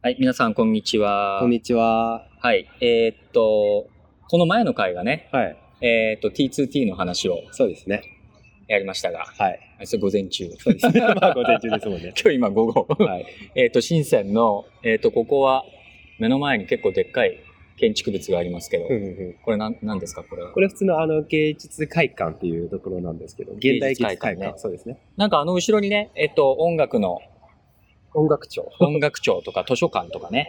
はい、皆さん、こんにちは。こんにちは。はい、えーっと、この前の回がね、はい。えーっと、T2T の話をそうですね。やりましたが、はい。あそれ午前中。そうですね。 まあ、午前中ですもんね 。今日今午後。はい。えーっと、深センの、えーっと、ここは、目の前に結構でっかい建築物がありますけど、うんうんうんこれなん、なんですか、これはこ。れ普通のあの芸術会館っていうところなんですけど、現代芸術会芸館。術会館ねそうですね。なんかあの後ろにね、えーっと、音楽 の、音楽庁。音楽庁とか図書館とかね、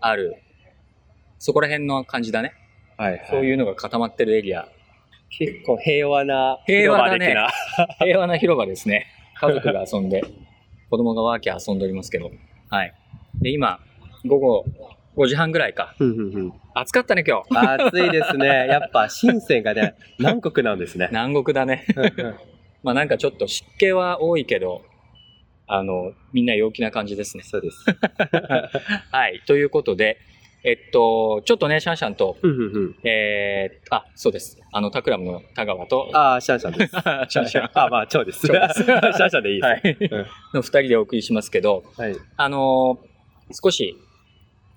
ある、そこら辺の感じだね。はい、はい。そういうのが固まってるエリア。結構平和な平和だね広場的平和な広場ですね。家族が遊んで、子供がワーキャー遊んでおりますけど。はい。で、今、午後5時半ぐらいか。なうんうんうん。暑かったね、今日。暑いですね。やっぱ深センがね、南国なんですね。南国だね。 まあなんかちょっと湿気は多いけど、あの、みんな陽気な感じですね。そう です。はい。ということで、えっと、ちょっとね、シャンシャンと、うんうんうん。えー、あ、そうです。あの、タクラムの田川と、ああ、シャンシャンです。シャン シャン。あまあ、蝶です。蝶です シャンシャンでいいはでい。うん の二人でお送りしますけど、す。はい。あのー少し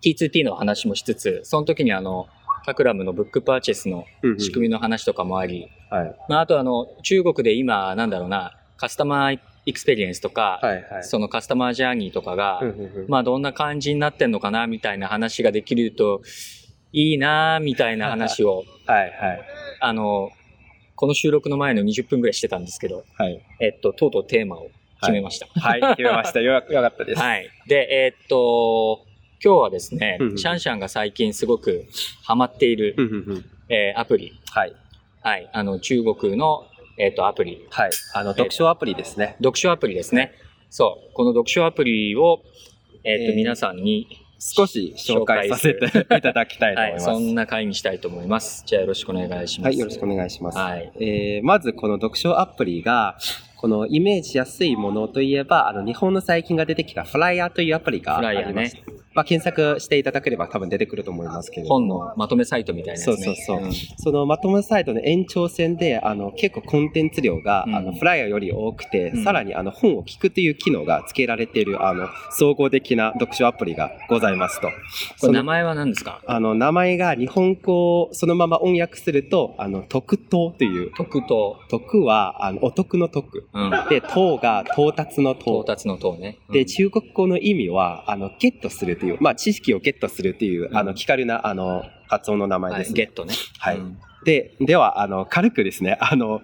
T2T の話もしつつ、その時にあの、タクラムのブックパーチェスのうんうん仕組みの話とかもあり、はい。まあ、あとあの、中国で今、なんだろうな、カスタマーエクスペリエンスとか、はいはい。そのカスタマージャーニーとかが、うんうんうんまあ、どんな感じになってんのかな、みたいな話ができるといいな、みたいな話を、はいはい。あのこの収録の前の20分ぐらいしてたんですけど、はい。えっと、とうとうテーマを決めました。はい、決めました。 よ、よかったです。はい。で、えーっと、今日はですね、うんうんシャンシャンが最近すごくハマっている、うんうんうん。えーアプリ。はい。はい。あの、中国の、えーっと、アプリ。はい。あの、読書アプリですね。読書アプリですね。そう。この読書アプリを、えーっと、えー皆さんに、少し紹介させていただきたいとは思いい。ます。そんな会にしたいと思います。じゃあよろしくお願いします。はい、よろしくお願いします。はい。えーまずこの読書アプリが、このイメージしやすいものといえば、あの日本の最近が出てきたフライヤーというアプリがフあライヤーりまねす。。まあ、検索していただければ多分出てくると思いますけれども。本のまとめサイトみたいなやつね。そうそうそうんそのまとめサイトの延長線で、あの結構コンテンツ量が、うんあのフライヤーより多くて、うんさらにあの本を聞くという機能が付けられているあの総合的な読書アプリがございますと。こそれの名前は何ですかあの名前が日本語をそのまま音訳すると、あの特等という、特等。徳はあのお得の徳。うん。で、等が到達の到等。達の等ね。うんで、中国語の意味は、あの、ゲットするという、まあ、知識をゲットするという、うんあの、気軽な、あの、発音の名前はでいす、ゲね。ットね。はいうんで、では、あの、軽くですね、あの、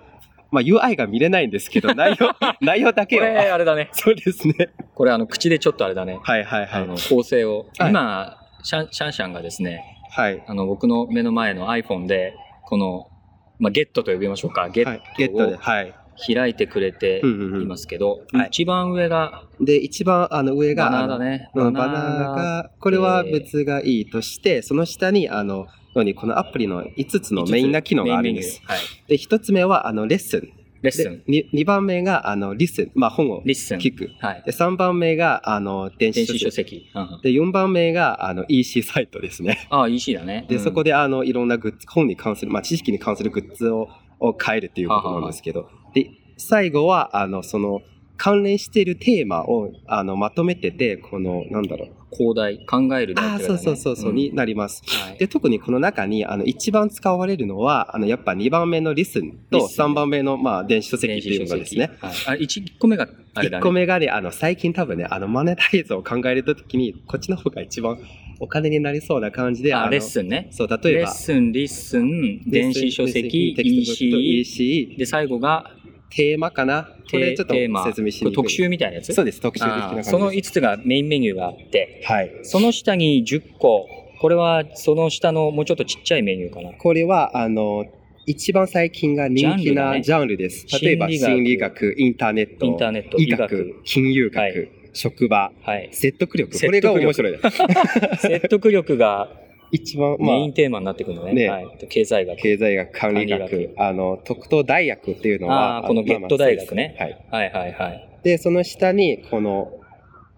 まあ、UI が見れないんで すけど、内容、内容だけこれ、を。あれだね。 そうですね。これ、あの、口でちょっとあれだね。はいはいはあいの、。構成を。はい今、シャン、シャンシャンがですね、はい。あの、僕の目の前の iPhone で、この、まあ、ゲットと呼びましょうか。ゲはいゲッットトで。はい。を開いてくれてうんうんういんま。すけど、はい一番上が、で、一番、あの、上が、バナあーだのね。うんバナナが、これは別がいいとして、その下に、あの、ようにこのアプリの5つのメインな機能があるんです。。はい。で、1つ目は、あの、レッスン。レッスでン。 2, 番目が、あの、リスン。まあ、本をリッスン。聞く。はい。で、3番目が、あの、電子電書子書籍。籍。うんで、4番目が、あの、EC サイトですね。ああ、EC だね。で、そこで、で、あの、いろんなグッズ、本に関する、まあ、知識に関するグッズを、を買えるっていうことなんですけど。で、最後は、あの、その、関連しているテーマを、あの、まとめてて、この、なんだろう。広大、考える大っああ、てそやうつそだねうそうそう、んになります。はいで、特にこの中に、あの、一番使われるのは、あの、やっぱ2番目のリスンリとスン3番目の、まあ、電子書籍っていうのがですね。。はいあ、1個目があれだ1ね。個目がね、あの、最近多分ね、あの、マネタイズを考えるときに、こっちの方が一番お金になりそうな感じで、あのレッスンね。そう、例レえッば、スン、リッスン、電子書籍、テキストブックと EC。 EC、で、最後が、テーマかなこれちょっとテーマ説明しこにれくい。特集みたいなやつそうです、特集的なあ感ーじです。その5つがメインメニューがあって、はい。その下に10個。これは、その下のもうちょっとちっちゃいメニューかな。これは、あの、一番最近が人気なジジャンルです。ね例えば、心心理理学学、インターネット、インターネット、医医学、学。金融学、はい職場、はい。説得力。説こ得れ力が面白いです。説得力が一番、 まあメイン、テーマになってくるのね。ねはい、経済学。経済学、管理学、管理学あの、特等大学っていうのあは、ーこのあゲット大学ねまあまあそうですはいはいはい。はい。で、その下に、この、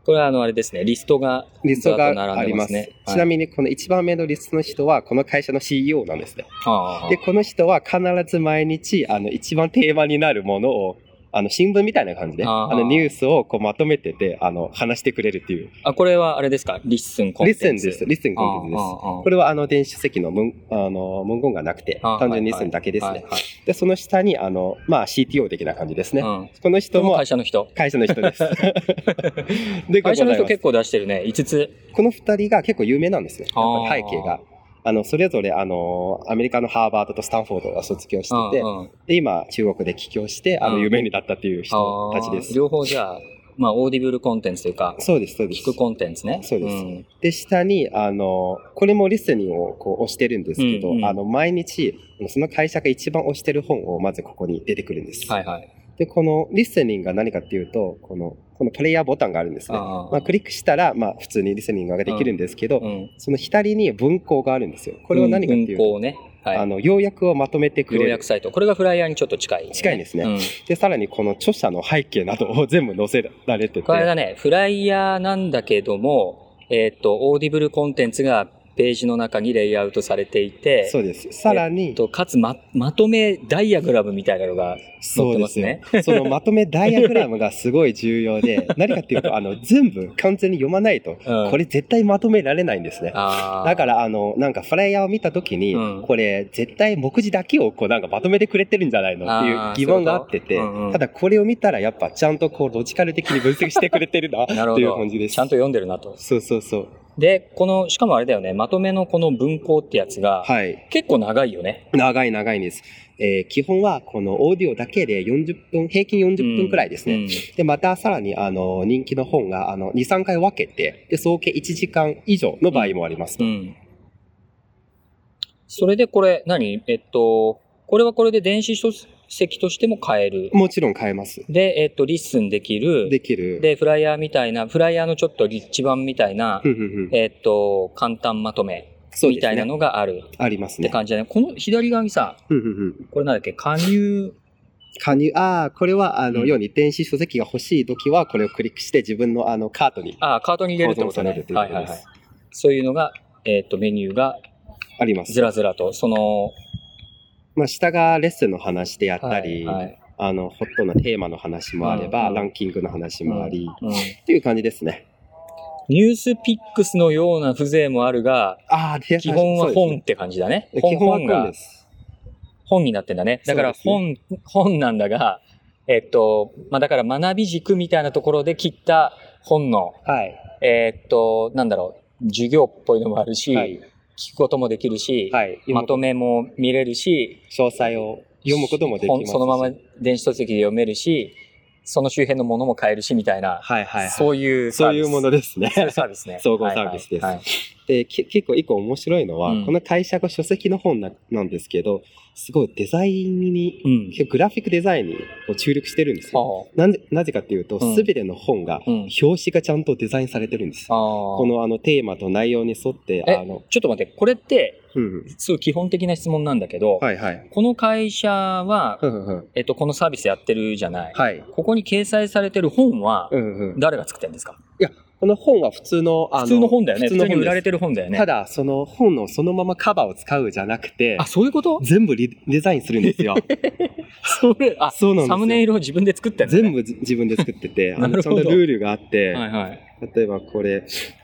これは、あの、あれですね。リストが、リストずらっとがあ並んりでまますす。ねはいちなみに、この一番目のリストの人は、この会社の CEO なんですね。あーで、この人は必ず毎日、あの、一番定番になるものをあの、新聞みたいな感じで、ああーの、ニュースをこうまとめてて、あの、話してくれるっていう。あ、これはあれですかリッスンコンリテンッスツンです。リッスンコンテンツです。ここれはあの電子書籍の文あの文言がなくて、あー単純にリッスンだけですね。はいはいで、その下に、あの、まあ CTO 的な感じですね。うんこの人このも会社の人。会社の人 です。で、会社の人こ結構出してるね。5つ。この二人が結構有名なんですよ。やっぱり背景あが。あの、それぞれ、あの、アメリカのハーバードとスタンフォードが卒業してて、うんうんで、今、中国で起業して、あの、うん有名になったっていう人たちであーす。両方じゃあ、まあ、オーディブルコンテンツというか、そうです、そうです聞。くコンテンツね。そうですんで、下に、あの、これもリスニングをこう押してるんですけど、うんうんあの、毎日、その会社が一番押してる本をまずここに出てくるんです。はいはい。で、このリスニングが何かっていうと、この、このプレイヤーボタンがあるんですね。あーまあ、クリックしたら、まあ、普通にリスニングができるんですけど、うんその左に文庫があるんですよ。これは何かっていうと、文庫をね。はい。あの、要約をまとめてく要れる約。サイト。これがフライヤーにちょっと近い、近いですねうんで、さらにこの著者の背景などを全部載せられててこ、れだね、フライヤーなんだけども、えっ、と、オーディブルコンテンツがページの中にレイアウトされていて、そうです。さらえにっ、とかつま、まとめダイアグラムみたいなのが載そっうてでますすよね。 そのまとめダイアグラムがすごい重要で、 何かっていうと、あの、全部完全に読まないと、うんこれ絶対まとめられないんですね。あ、だからら、あの、なんかフライヤーを見たときに、うんこれ絶対目次だけをこうなんかまとめてくれてるんじゃないのっていあーう疑問があそっういてうことて、うんうんただこれを見たらやっぱちゃんとこうロジカル的に分析してくれてるなってなるほいうど。感じです。ちゃんと読んでるなと。そうそうそう。で、この、しかもあれだよね、まとめのこの文庫ってやつが、はい。結構長いよね。長い長いんです。えー基本はこのオーディオだけで40分、平均40分くらいですね。うんで、またさらに、あの、人気の本が、あの、2、3回分けて、で、総計1時間以上の場合もあります。うん。それでこれ、何えっと、これはこれで電子書籍としても買える。もちろん買えます。で、えっと、リッスンできる。できる。でフライヤーみたいな、フライヤーのちょっとリッチ版みたいなふ、んふんふんえっと、簡単まとめそうみですたねいなのがあるっありますてね。感じだね。この左側にさ、ふんふんふんこれなんだっけ、加入、加入、ああ、これは、あの、うんように電子書籍が欲しいときは、これをクリックして、自分の、あの、カートにあ、カートに入れるってこと保存されるねっ。ていうこはといですはいはい。そういうのが、えっと、メニューがあります。ずらずらと、その、まあ、下がレッスンの話でやったり、はいはいあの、ホットなテーマの話もあれば、うんうんランキングの話もあり、うんっていう感じですね。ニュースピックスのような風情もあるが、ああ、で基本はそうです本って感じだね。ね本基本は本本がです。本になってんだね。だからそう本、本なんだが、えっと、まあ、だから学び軸みたいなところで切った本の、はい。えっと、なんだろう、授業っぽいのもあるし、はい。聞くこともできるし、はい。まとめも見れるし、詳細を読むこともできます本しそのまま電子書籍で読めるし、その周辺のものも買えるし、みたいな、はいはい、はい、そういうサーそうビいスうものですねそういうサービスね。 総合サービスですはいはいはいでき結構一個面白いのは、うんこの会社が書籍の本ななんですけどすごいデザインに、うん。結構グラフィックデザインにこう注力してるんですよ構、なんでなぜかっていうと、うんすべての本がうん表紙がちゃんとデザインされてるんです、ああ。このあのテーマと内容に沿ってえあの、ちょっと待って、これって、うんうん、すごい基本的な質問なんだけど、はいはいこの会社はふ、んふんふんえっと、このサービスやってるじゃない。はい、ここに掲載されてる本はう、んうん、誰が作ってるんですかこの本は普通のあ普通の本だよね。普通に売られててる本だよねた。だその本のそのままカバーを使うじゃなくてあ、そういうこと全部リデザインするんで すよそれ、あ、そうなんですよサムネイルを自分で作ってんのね全部じ自分で作ってて あなのるちゃんほとどルールがあって、はいはい。例えばこれ、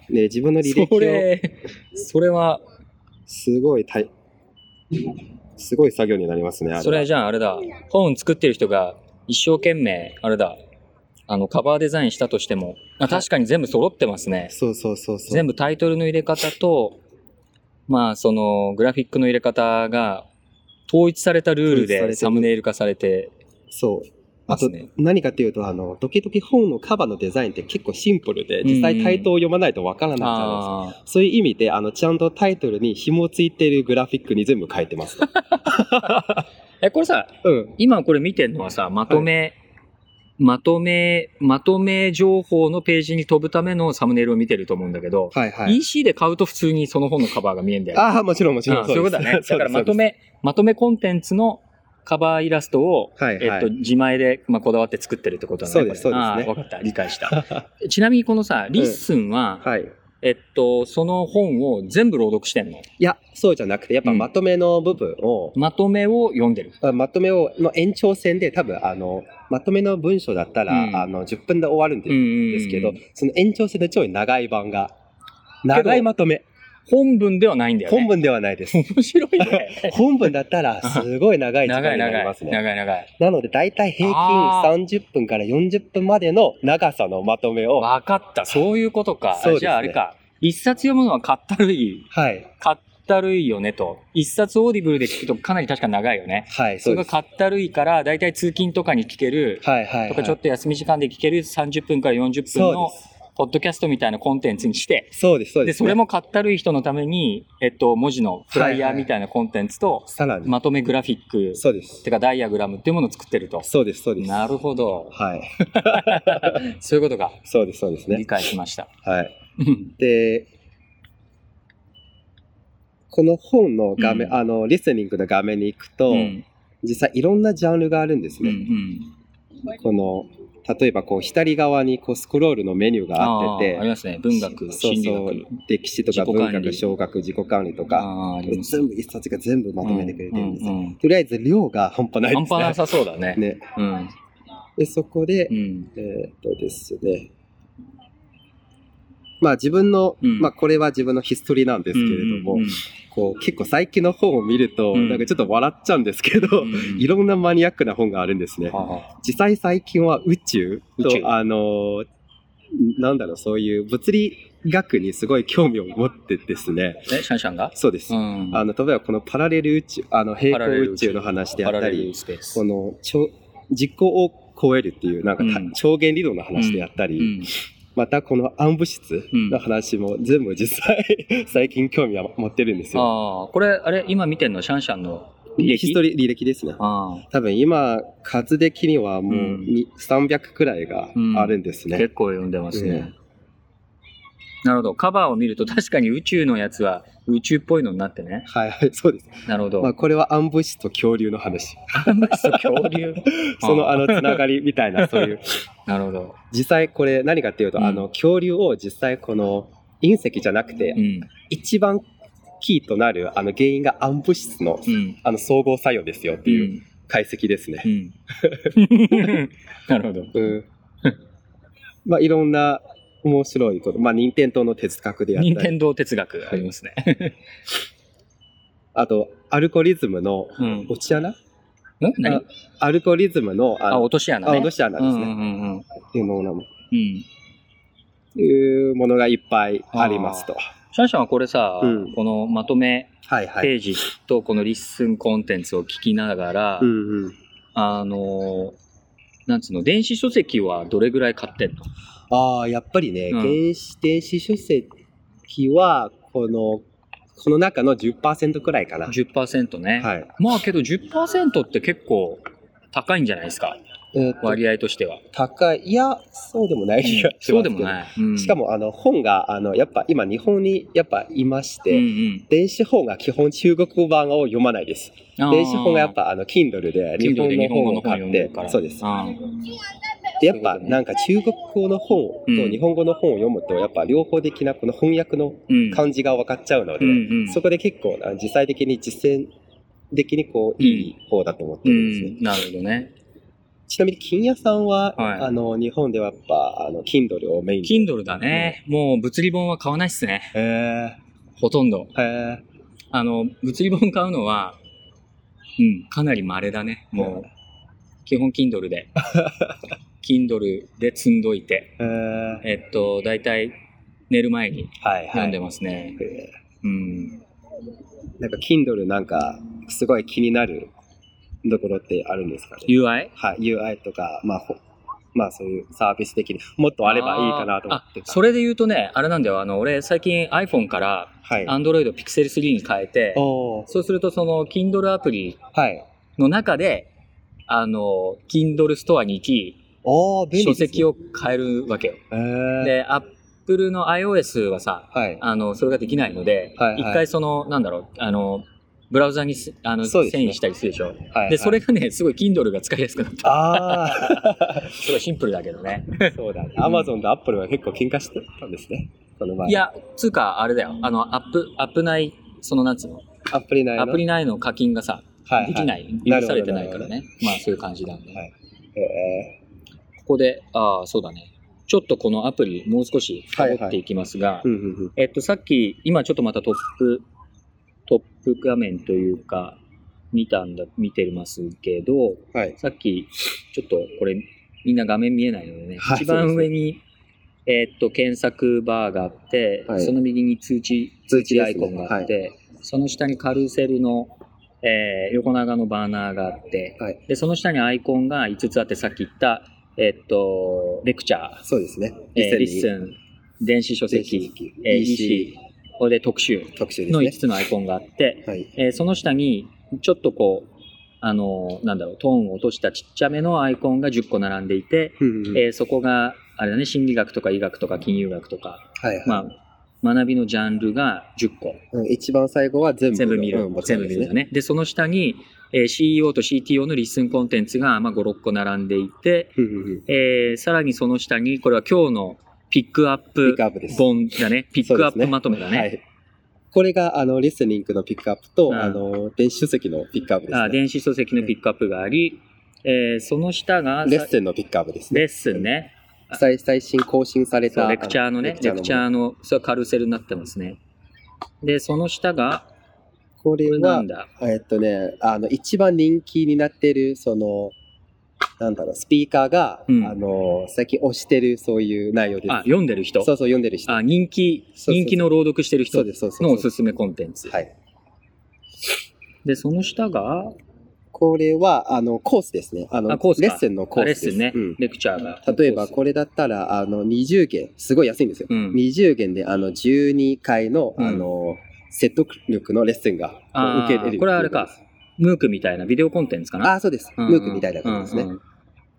ね、自分の履歴そをれ、それは、すごい大すごい作業になりますねあれはそれじゃああれだ、本作ってる人が一生懸命、あれだ、あの、カバーデザインしたとしても、あ確かに全部揃ってますね。そうそうそうそう全部タイトルの入れ方と、まあ、その、グラフィックの入れ方が、統一されたルール統一されてでるサムネイル化されてそうまあすとね。何かっていうとあの時々本のカバーのデザインって結構シンプルで実う際んタイトルを読まないとわからないじゃないですかあそういう意味であのちゃんとタイトルに紐ついてるグラフィックに全部書い てます、あ。え、これさ、うん、今これ見てるのはさ、まとめ、まとめ、まとめ情報のページに飛ぶためのサムネイルを見てると思うんだけど、はいはい EC で買うと普通にその本のカバーが見えんだよ。ああもちろんもちろあんそういうことだね。ですだからまと そうですめ、まとめコンテンツのカバーイラストを、はいはいえっと、自前で、まあ、こだわって作ってるってことだね。そうですこれそうですね あーわかった。理解した。ちなみにこのさ、リッスンは、はいえっと、その本を全部朗読してんのいや、そうじゃなくて、やっぱうんまとめの部分を、まとめを読んでる。あまとめをの延長線で多分あのまとめの文章だったら、うんあの10分で終わるんで,、んですけどその延長線でちょい長い版が長いまとめ本文ではないんだよね。本文ではないです面白いね。本文だったらすごい長い時 間長いにな長りい。ま長すねい長い。なので大体平均あ30分から40分までの長さのまとめをわかった。そういうことか。そうですねじゃああれか。一冊読むのはかったるい。はいかったるいよねと。一冊オーディブルで聞くとかなり確か長いよね。はいそそうれがですかったるいから、だいたい通勤とかに聞ける、はいはい、はい、とかちょっと休み時間で聞ける30分から40分そうのポッドキャストみたいなコンテンツにして、ですそうですそうで、ですそね、れもかったるい人のために、えっと、文字のフライヤはーいはいみたいなコンテンツと、さらに、まとめグラフィック、そうですてかダイアグラムっていうものを作ってると。そうですそうですなるほど。はいそういうことか。そうですそうです理ね解しました。はいうんで、この本の画面、うんあの、リスニングの画面に行くと、うん実際いろんなジャンルがあるんですうんうね。んこの、例えばこう、左側にこうスクロールのメニューがあってーて、ありますね。文学、そ心う理そう学。歴史とか自己管文理学、小学、自己管理とか、あーあります。全部一冊が全部まとめてくれてるんですよ。ううんとりあえず量が半端な半いで端すね。なさそうだね。ね。うん。で、そこで、うん。えーっとですね。まあ自分の、うんまあこれは自分のヒストリーなんですけれども、うんうんこう結構最近の本を見ると、うんなんかちょっと笑っちゃうんですけど、うんいろんなマニアックな本があるんですね。は実際最近は宇宙と宇宙あのーなんだろうそういう物理学にすごい興味を持ってですねあえ、シャンシャンがそうです、んあの例えばこのパラレル宇宙あの平パラレル行宇宙の話であっパたラレルりスペース。この超実行を超えるっていうなんかた、うん超弦理論の話であったり、うんまたこの暗部室の話も全部実際 最近興味は持ってるんですよ。ああ、これ、あれ、今見てんのシャンシャンの履歴ヒストリー履歴ですね。ああ、多分今数的にはもううんに300くらいがあるんですね、結構読んでますね。うんなるほど。カバーを見ると確かに宇宙のやつは宇宙っぽいのになってね。はいはいそうです、なるほど。まあ、これはアンブシと恐竜 の話アンバスと恐竜。 そのああのつながりみた いなそういうなるほど。実際これ何かっていうと、うんあの恐竜を実際この隕石じゃなくて、うん。一番キーとなるあの原因がアンブシのうん。あの総合作用ですよってう。いうん解析ですねう、ん。なるほど。うん まあいろんな面白いことまあ任天堂の哲学であっ任たり天堂哲学あり ますね。あとアルゴリズムのうん。落ち穴ん何あアルゴリズムの、ああ、の落とし穴あね。落とし穴うでんすうね。んうんうん。っていうものも、うん。いうものがいっぱいありますと。シャンシャンはこれさ、うんこのまとめはいはペい。ージとこのリッスンコンテンツを聞きながら、うんうん。あのー、なんつうの、電子書籍はどれぐらい買ってんのああ、やっぱりね、うん原子電子書籍は、この、この中の10%くらいかな。 ?10% ね。はい。まあけど10%って結構高いんじゃないですか。えーと割合としては。高い。いや、そうでもない気がしますけど。そうでもない。うんしか、も、あの、本が、あの、やっぱ今日本にやっぱいましうて、んうん、電子本が基本中国語版を読まないです。電子本がやっぱあの Kindle で日 Kindle 本での日本語本のを本買読っんでてるから。そうですああでやっぱそういうことねなんか中国語の本とうん日本語の本を読むとやっぱ両方的なこの翻訳のうん漢字が分かっちゃうので、うんうんそこで結構あ実際的に実践的にこういい方だと思ってうるんですね、ん、なるほどね。ちなみに金屋さんは、はいあの日本ではやっぱあの Kindle をメインに Kindle だね。もう物理本は買わないっすね。へえほとんど。へえあの、物理本買うのは、うん、かなり稀だね。もう、基本 Kindle で。Kindle で積んどいて、へええっと、だいたい寝る前にはいは読んでいますね。へうん。ーなんか Kindle なんかすごい気になるところってあるんですかね UI? はい、UI とか、まあ、ほまあそういうサービス的にもっとあればいいかなと思ってあそれで言うとね、あれなんだよ。あの、俺最近 iPhone からはい。 Android Pixel 3に変えて、おーそうするとその Kindle アプリはい。の中で、あの、Kindle ストアに行き、おー便利書です、ね。籍を買えるわけよ。えーで、Apple の iOS はさ、はい。あの、それができないので、一、はいはい回その、なんだろう、あの、ブラウザにすあの、そうですね遷移したりするでしょ。はい、はい。で、それ。がね、すごい Kindle が使いやすくなった。あすごいシンプルだけどね。 あ、そうだね。Amazon と Apple は結構喧嘩してたんですね。この前。い、や、つうか、あれだよ。あの、アップ、アップ内、そのなんつうの、アプリ内の。アプリ内の課金がさ、はいできない、な許るほどされてないからなね。まあ、そういう感じなんで。はいえここで、ああ、そうだね。ちょっとこのアプリ、もう少し深掘っていきますが、ーうんうんうん。えっと、さっき、今ちょっとまたトップ、トップ画面というか、見たんだ、見てますけど、はい。さっき、ちょっとこれ、みんな画面見えないのでね、はい一番そうで上すに、えーっと、検索バーがあって、はいその右に通知、通通知知ですアねイコンがあって、その下にカルーセルの、えー横長のバーナーがあって、はい。で、その下にアイコンが5つあって、さっき言った、えーっと、レクチャー、そうですね。えーリッリススン、電子書書籍、籍、えー EC EC、これで特集特集ですのね5。つのアイコンがあって、はい。えーその下にちょっとこう、あのーなんだろう、トーンを落としたちっちゃめのアイコンが10個並んでいて、うんうんえーそこが、あれだね、心理学とか医学とか金融学とか、はいはい。まあ、学びのジャンルが10個。うん一番最後は全部全部見るうんボ。タ全ン部で見するんだね。で、その下に、えー CEO と CTO のリッスンコンテンツが、まあ、5、6個並んでいて、うんうんうんえーさらにその下に、これは今日のピックアッピプックアップです。本だね。ピックアップまとめだね。はい。これが、あの、リスニングのピックアップと、うんあの、電子書籍のピックアップですあね。電子書籍のピックアップがあり、えーその下がレッスンのピックアップですレね。ッスンね。最最新更新されそうた。レクチャーのね、レクチャーの、それはカルセルになってますね。で、その下が、これこれなはん、だ。えっとね、あの、一番人気になってる、その、なんだろう、スピーカーが、うんあの、最近推してる、そういう内容です。あ、読んでる人。そうそう、読んでる人。あ、人気、そうそう人気の朗読してるそ人うです、そうです。のおそうすすめコンテンツです。はい。で、その下が、これは、あの、コースですね。あの、あコースかレッスンのコあーレッスでスす。ンねうん、レクチャーが。例えば、これだったら、あの、20元、すごい安いんですよ。うん20元で、あの、12回の、うんあの、説得力のレッスンがこうあー受けれる。これはあれか。ムークみたいなビデオコンテンツかな。あー、そうです。うんムうんークみたいな感じですうんうね。ん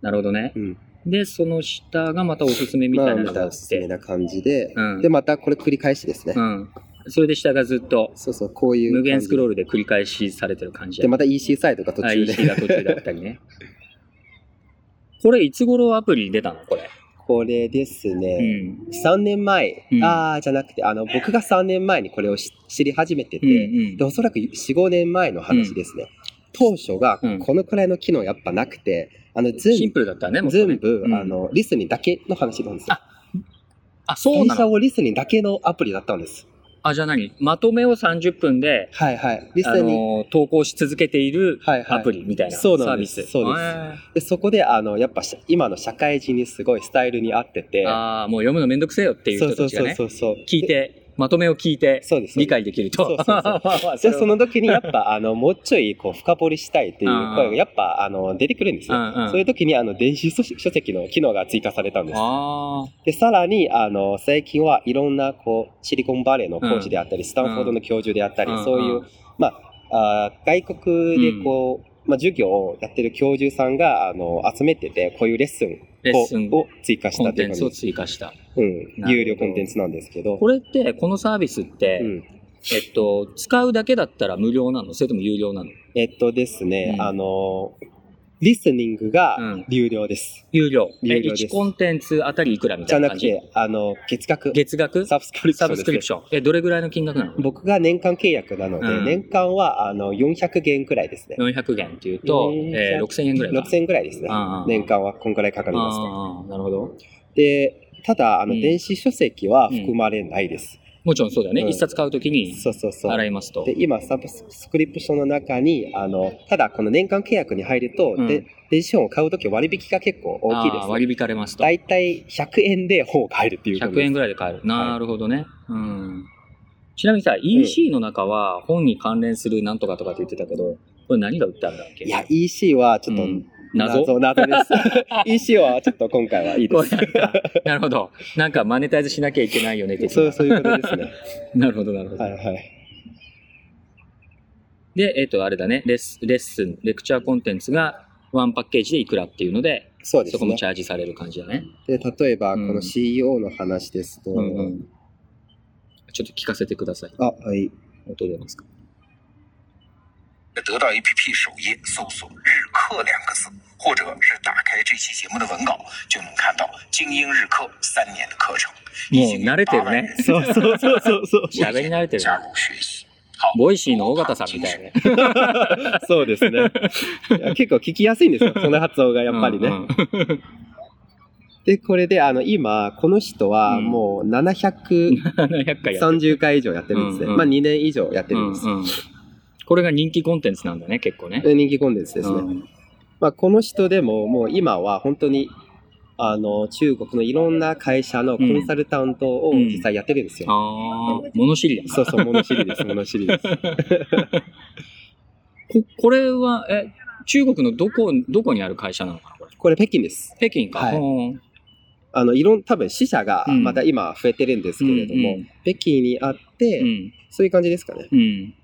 なるほどね。うん。で、その下がまたおすすめみまたあ、いなみのがたあいっなて。感じでうん。で、また、これ繰り返しですねう。ん。それで下がずっとそうそう、こういう。無限スクロール。ルで繰り返しされてる感じで、また EC サイトが途中 IEC で。が途中だったりね。 これいつ頃アプリ出たのこれ。これですうね。ん。 3年前う。んああ、じゃなくて、あの、僕が3年前にこれを知知り始めてうんうて、んで、おそらく4、5年前の話ですね。当初がうん、このくらいの機能やっぱなくて、あの、全シンプルだったね、もっとね全部う、んあの、リスニングだけの話なんですよ。あ、そう会な社のをリスニングだけのアプリだったんです。あ、じゃあ何まとめを30分で、はいはい。リスあニング。の、投稿し続けているはいはい。アプリみたいなサそうなーんでビすス。そうですす。でそこで、あの、やっぱし、今の社会人にすごいスタイルに合ってて、ああ、もう読むのめんどくせえよっていう人たちがねそ、うそうそうそう。聞いて、まとめを聞いて、そうです。理解できると。そうそうそ うまあまあじれゃはその時にやっ ぱあのもうちょいこう深掘りしたいっていう声うがんやっぱあの出てくるんで うすよ。んうんそういう時にあの電子書書籍の機能が追加されたんです。ああ、でさらにあの最近はいろんなこうシリコンバレーの講師であったり、スタンフォードの教授であったり、うんそういううんまああー外国でこう、まあ授業をやってる教授さんがあの集めててこういうレッスンレこッスンうを追加しコたンといテうンツ感じをです。追加した。うん、なるほど有料コンテンツなんですけどこ。れって、このサービスって、うんえっと、使うだけだったら無料なのそれとも有料なのえっとですね、うんあの、リスニングがうん有料です。有料。え有料です1コンテンツあたりいくらみじたゃいなな感くじて、あの、月額、月額サブスクリプシサョンでブスすねクリプション。え、どれぐらいの金額なの僕が年間契約なので、うん年間はあの400元くらいですね。 ?400 元っていうと、えー6000円ぐらいか。 6000円くらいですねあ。あ年間はこんくらいかかりますね。ああ、なるほど。で、ただ、あの、うん電子書籍は含まれないです。もちろんそうだよね。う一ん冊買うときにそうそうそう。払いますと。で、今、サブスクリプションの中に、あの、ただ、この年間契約に入ると、うんで電子本を買うとき割引が結構大きいであすあね。割引かれますと。大体100円で本が入るっていうこと100です円ぐらいで買える。なるほどね。うん。ちなみにさ、EC の中は本に関連するなんとかとかって言ってたけど、これ何が売ってあるんだっけいや、EC はちょっとうん謎、謎謎です。EC はちょっと今回はいいでこうす。なんかなるほど。なんかマネタイズしなきゃいけないよね、的なそうそういうことですね。なるほど、なるほど。はいはい。で、えっ、と、あれだね、レッスレッスン、レクチャーコンテンツがワンパッケージでいくらっていうので、そうでそすこもねチ。ャージされる感じだね。で、例えば、こうんの CEO の話ですと、うんうん。ちょっと聞かせてください。あ、はい。音出ますか得到 APP 首页搜索“日课课”两个字，或者是打开这期节目的文稿，就能看到“精英日课”三年的课程。もう慣れてるね。そうそうそう そうそう。喋り慣れてるね加。入学习。好，ボイシーの尾形さんみたいね。そうですね。いや結構聞きやすいんですよ、その発音がやっぱりね。うん うんで、これで、あの、今、この人はうんもう730 700回やってる回以上やってるんですね。うんうんまあ2年以上やってるんです。うんうんこれが人気コンテンツなんだね、結構ね。人気コンテンツですね。うんまあ、この人でももう今は本当にあの中国のいろんな会社のコンサルタントをうん実際やってるんですよ。ああ、物知りだなそうそう、物知 りです、物知りです。ここれは、え、中国のどこ、どこにある会社なのかなこれこれ北京です。北京か。はいほーあの、いろん、多分支社がうんまた今増えてるんですけれども、うんうん北京にあって、うん。そういう感じですかね。うん。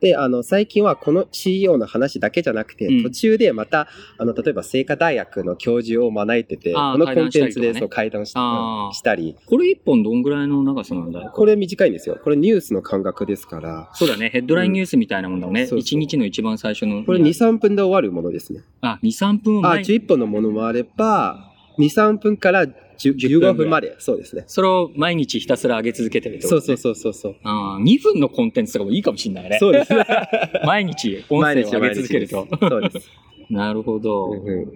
で、あの、最近はこの CEO の話だけじゃなくて、うん途中でまた、あの、例えば聖火大学の教授を招いてて、あーこのコンテンツでそう会会談しあーしたり、これ一本どんぐらいの長さなんだこれ短いんですよ。これニュースの感覚ですから、そうだね、ヘッドラインニュースみたいなもんだもんね。うんそうそう一日の一番最初の。これ2、3分で終わるものですね。あ、2、3分あ、前に。 11分のものもあれば、2、3分から10 15分まで。そうですね。それを毎日ひたすら上げ続けてるってこそとうそうそうそうそう。あー2分のコンテンツとかもいいかもしれないね。そうですね。毎日音声を上げ続けると毎。日ですそうです。なるほど、うんうん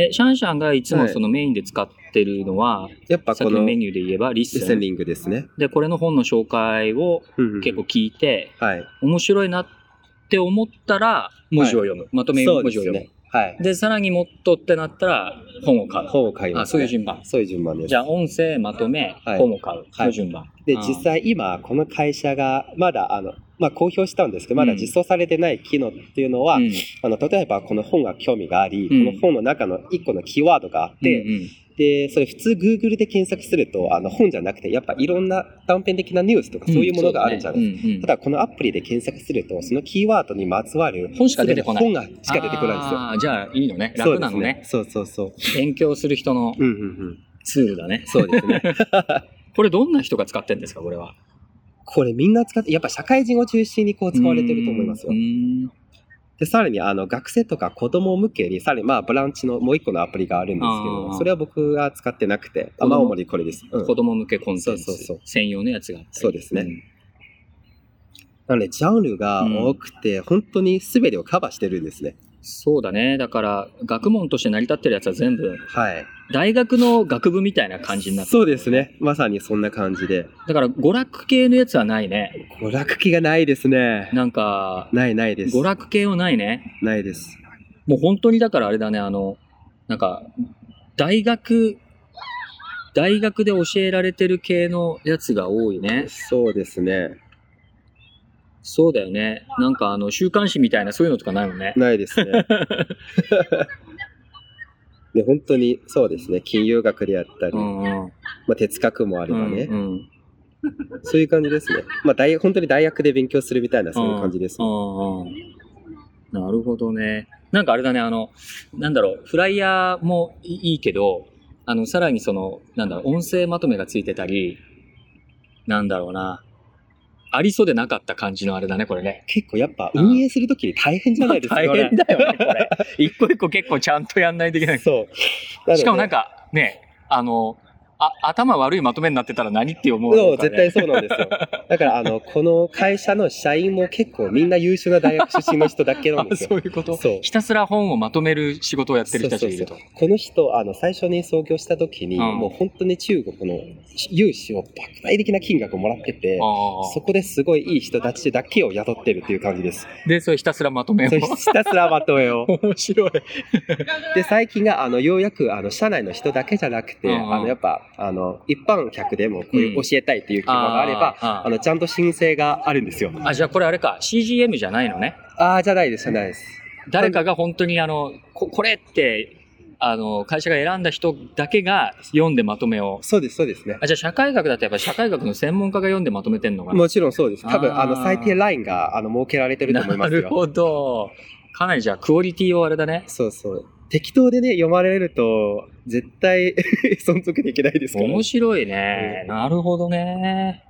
え、シャンシャンがいつもそのメインで使ってるのは、やっぱさっこきののメニューで言えばリッスセンン。リングですね。で、これの本の紹介をうんうん結構聞いて、はい。面白いなって思ったら、文字を読む。まとめそ文うで字をす読む。ね。はい。で、さらにもっとってなったら、本を買う。本を買いあ、ますそうね。いう順番。そういう順番です。じゃあ、音声まとめ、はい本を買う。はいの順番。で、あー実際今、この会社が、まだ、あの、まあ、公表したんですけど、まだうん実装されてない機能っていうのは、うんあの、例えばこの本が興味があり、うんこの本の中の1個のキーワードがあって、うんうんで、それ普通 Google で検索すると、あの本じゃなくて、やっぱいろんな断片的なニュースとかそういうものがあるじゃないですか。うんそうだねうんうんただこのアプリで検索すると、そのキーワードにまつわる本しか出てこない全ての本がしか出てこないんですよ。あーじゃあいいのね。そう楽でなすのね。そうそうそう。勉強する人のうんうんうん。ツールだね。そうですね。これどんな人が使ってんですか、これは。これみんな使って、やっぱ社会人を中心にこう使われてると思いますよう。んで、さらにあの学生とか子供向けに、さらにまあブランチのもう一個のアプリがあるんですけあど、ーそれは僕が使ってなくて、子供まあ主にこれです。うん子供向けコンテンそうそうそツう専用のやつがあったりそうですねなので、ジャンルが多くて、本当に全てをカバーしてるんですね。そうだね。だから、学問として成り立ってるやつは全部、はい。大学の学部みたいな感じになってるそうですね。まさにそんな感じで。だから、娯楽系のやつはないね。娯楽気がないですね。なんか、ないないです。娯楽系はないね。ないです。もう本当にだからあれだね、あの、なんか、大学、大学で教えられてる系のやつが多いね。そうですね。そうだよね。なんかあの、週刊誌みたいなそういうのとかないもんね。ないです ね。で本当にそうですね。金融学であったり、うんうん。まあ、哲学もあればね、うんうんそういう感じですね。まあ大本当に大学で勉強するみたいなそういう感じです、ね。うんうんなるほどね。なんかあれだね、あの、なんだろう、フライヤーもいいいけど、あの、さらにその、なんだろう、音声まとめがついてたり、なんだろうな、ありそうでなかった感じのあれだね、これね。結構やっぱ運営するときに大変じゃないですか。 大変だよね、これ。 一個一個結構ちゃんとやんないといけない。そう。しかもなんか。か、ね、あの、あ頭悪いまとめになってたら何って思うそうのかね絶対そうなんですよ。だから、あの、この会社の社員も結構みんな優秀な大学出身の人だけな んあですよそ。ういうことそうひたすら本をまとめる仕事をやってる人たちがいると。そうそうそうこの人あの最初に創業した時に、うんもう本当に中国の融資を莫大的な金額をもらっててああそこですごいいい人たちだけを雇ってるっていう感 じです。で、それひたすらまとめを。そ。してひたすらまとめを面白い。で最近があのようやくあの社内の人だけじゃなくて、うんうんあのやっぱあの一般客でもこういううん教えたいっていう希望があれば、ああのちゃんと申請があるんですよ。ああ、じゃあこれあれか、CGM じゃないのね。ああじゃないですじゃないです。誰かが本当にあの、ここれって、あの、会社が選んだ人だけが読んでまとめを。そうですそうですね。あ、じゃあ社会学だとやっぱり社会学の専門家が読んでまとめてんのかな。もちろんそうです。多分あーあの最低ラインがあの設けられてると思いまなすよ。るほど。かなりじゃあクオリティをあれだね。そうそう。適当でね、読まれると、絶対 存続できないですから。面白いね。なるほどね。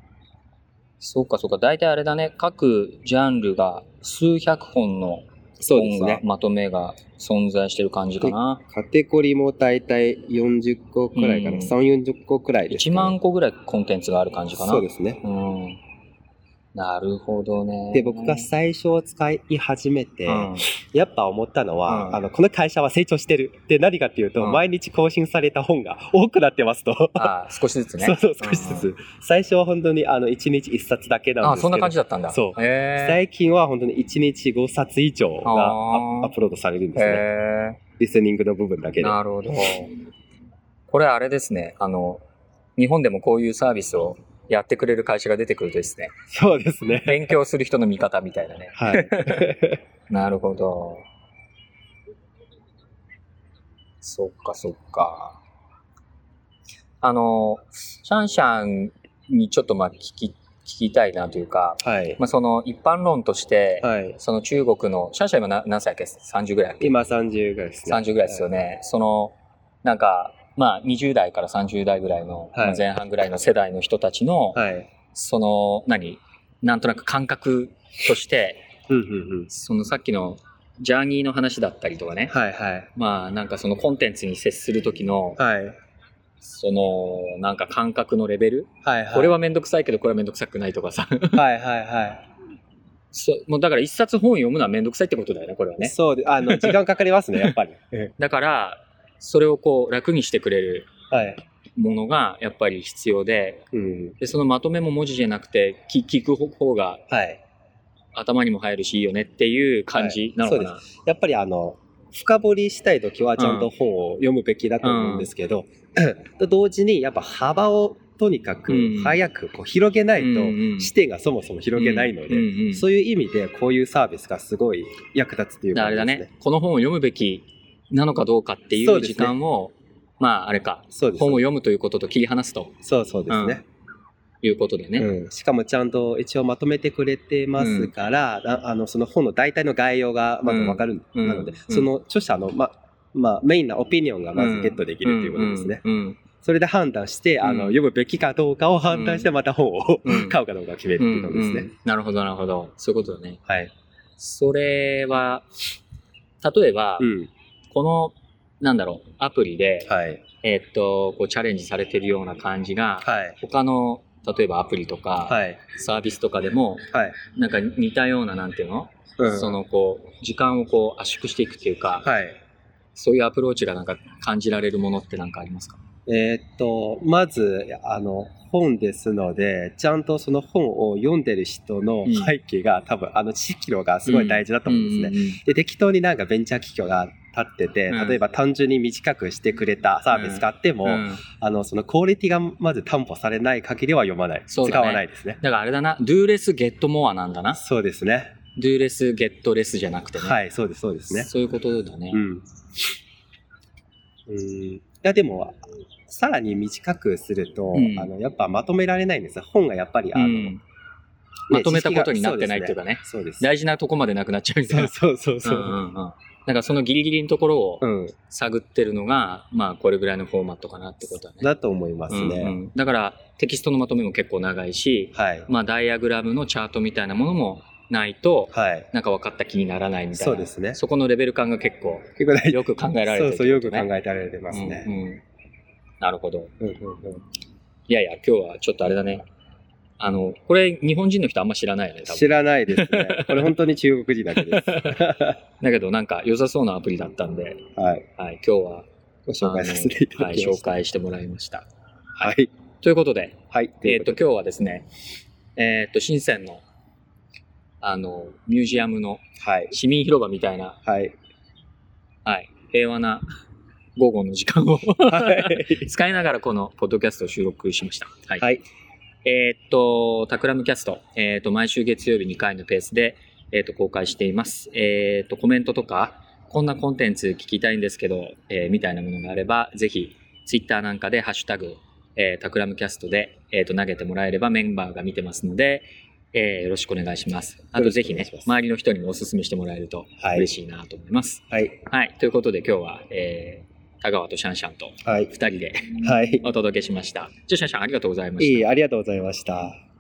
そうかそうか。大体あれだね。各ジャンルが数百本のそうで本すがね、。まとめが存在してる感じかな。カテゴリーも大体40個くらいかな。うん3、40個くらいです、 1万個ぐらいコンテンツがある感じかな。そうですね。うん。なるほどね。で、僕が最初使い始めて、うんやっぱ思ったのは、うんあの、この会社は成長してる。で、何かっていうと、うん毎日更新された本が多くなってますと。あ少しずつね。 そうそう、少しずつ。うん最初は本当に、あの、1日1冊だけなんあですけど。そんな感じだったんだ。そうへ最近は本当に1日5冊以上がアあーッアップロードされるんでえ。すね。へリスニングの部分だけえ。で。なるほど。これあれですね。あの、日本でもこういうサービスをやってくれる会社が出てくるとですね、そうですね。勉強する人の味方みたいなね。はい。なるほど。そっかそっか。あの、シャンシャンにちょっとまあ聞き、聞きたいなというか、はい。まあその一般論として、はい。その中国の、シャンシャン今な何歳だっけ ?30 ぐらいだっけ今30ぐらいですね。 30ぐらいですよね。その、なんか、まあ20代から30代ぐらいの、はいまあ前半ぐらいの世代の人たちの、はい。その、何なんとなく感覚として、うんうんうん。そのさっきのジャーニーの話だったりとかね、はいはい。まあなんかそのコンテンツに接する時の、はい。そのなんか感覚のレベル、はいはい。これはめんどくさいけどこれはめんどくさくないとかさ、 はいはいは。そもうだから一冊本読むのはめんどくさいってことだよね、これはいね。そうで、あの、時間かかり ますね、やっぱり。だから、それをこう楽にしてくれるはい。ものがやっぱり必要で、うん。でそのまとめも文字じゃなくて聞聞く方がはい。頭にも入るしいいよねっていう感じなのかな。やっぱりあの、深掘りしたいときはちゃんと本を読むべきだと思うんですけど、と 同時にやっぱ幅をとにかくうん早くこう広げないとうんうん視点がそもそも広げないのうんで、うんうんそういう意味でこういうサービスがすごい役立つというだからかあれだね、この本を読むべきなのかどうかっていそううですね時間を、まああれか、そうです本を読むということと切り離すとそうそうですね、いうことでね。うんしかもちゃんと一応まとめてくれてますから、ああのその本の大体の概要がまず分かる、うんなので、うんその著者のままあ、メインなオピニオンがまずゲットできるということですね。うんうんそれで判断して、あうんの、読むべきかどうかを判断して、また本を、うん買うかどうかを決めるってういうんこうとんですね。うんなるほどなるほどそういうことだね。はい。それは例えば、うん。このなんだろうアプリで、はい。えーっとこうチャレンジされてるような感じが、はい。他の例えばアプリとか、はい。サービスとかでもはい。なんか似たようななんていうの、うんそのこう時間をこう圧縮していくっていうか、はい。そういうアプローチがなんか感じられるものってなんかありますかえーっと、まず、あの、本ですので、ちゃんとその本を読んでる人のうん背景が、多分、あの、知識量がすごい大事だと思うんですね。うんうんうんで、適当になんかベンチャー企業が立ってて、うん例えば単純に短くしてくれたサービスがあっても、うんあの、そのクオリティがまず担保されない限りは読まない。そうだね使わないですね。だからあれだな、do less get more なんだな。そうですね。 do less get less じゃなくてね。はい、そうです、そうですね。そういうことだね。うん。うん。いや、でも、さらに短くすると、うんあの、やっぱまとめられないんですよ。本がやっぱり、あの、うんねまとめたことになってないっていうかね。そうですね。大事なとこまでなくなっちゃうみたいそうな。そうそうそうう。んうんうんだからそのギリギリのところをうん。探ってるのが、まあこれぐらいのフォーマットかなってことだね。だと思いますね。うんうんだからテキストのまとめも結構長いし、はい。まあダイアグラムのチャートみたいなものもないと、はい。なんか分かった気にならないみたいな。そうですねそこのレベル感が結構結構大事 よく考えられてるそうそう、よってくこ考とねえられてますうね。んうんなるほど。うんうんうんいやいや、今日はちょっとあれだね。あの、これ日本人の人あんま知らないよね、多知分。らな いですね。これ本当に中国人だけです。だけどなんか良さそうなアプリだったんで、はい。はい、今日はご紹介させていあただきのまはい、し紹た。介してもらいました。はい。ということで、はい。えっと、今日はですね、えっ、と、深センの、あの、ミュージアムのはい。市民広場みたいな、はい。はい、平和な午後の時間を はい。使いながらこのポッドキャストを収録しました。はいはい。えーっと、タクラムキャスト、えーっと、毎週月曜日2回のペースで、えーっと、公開しています。えーっと、コメントとか、こんなコンテンツ聞きたいんですけど、えーみたいなものがあれば、ぜひ、ツイッターなんかで、ハッシュタグ、えータクラムキャストで、えーっと、投げてもらえればメンバーが見てますので、えーよろしくお願いします。あと、ぜひよねろしくお願いしま、す周りの人にもお勧めしてもらえるとはい嬉しいなと思います。はい。はい。ということで、今日は、えー、田川とシャンシャンとはい2。人ではい。お届けしました。じゃあ、シャンシャンありがとうございました。いい、ありがとうございました。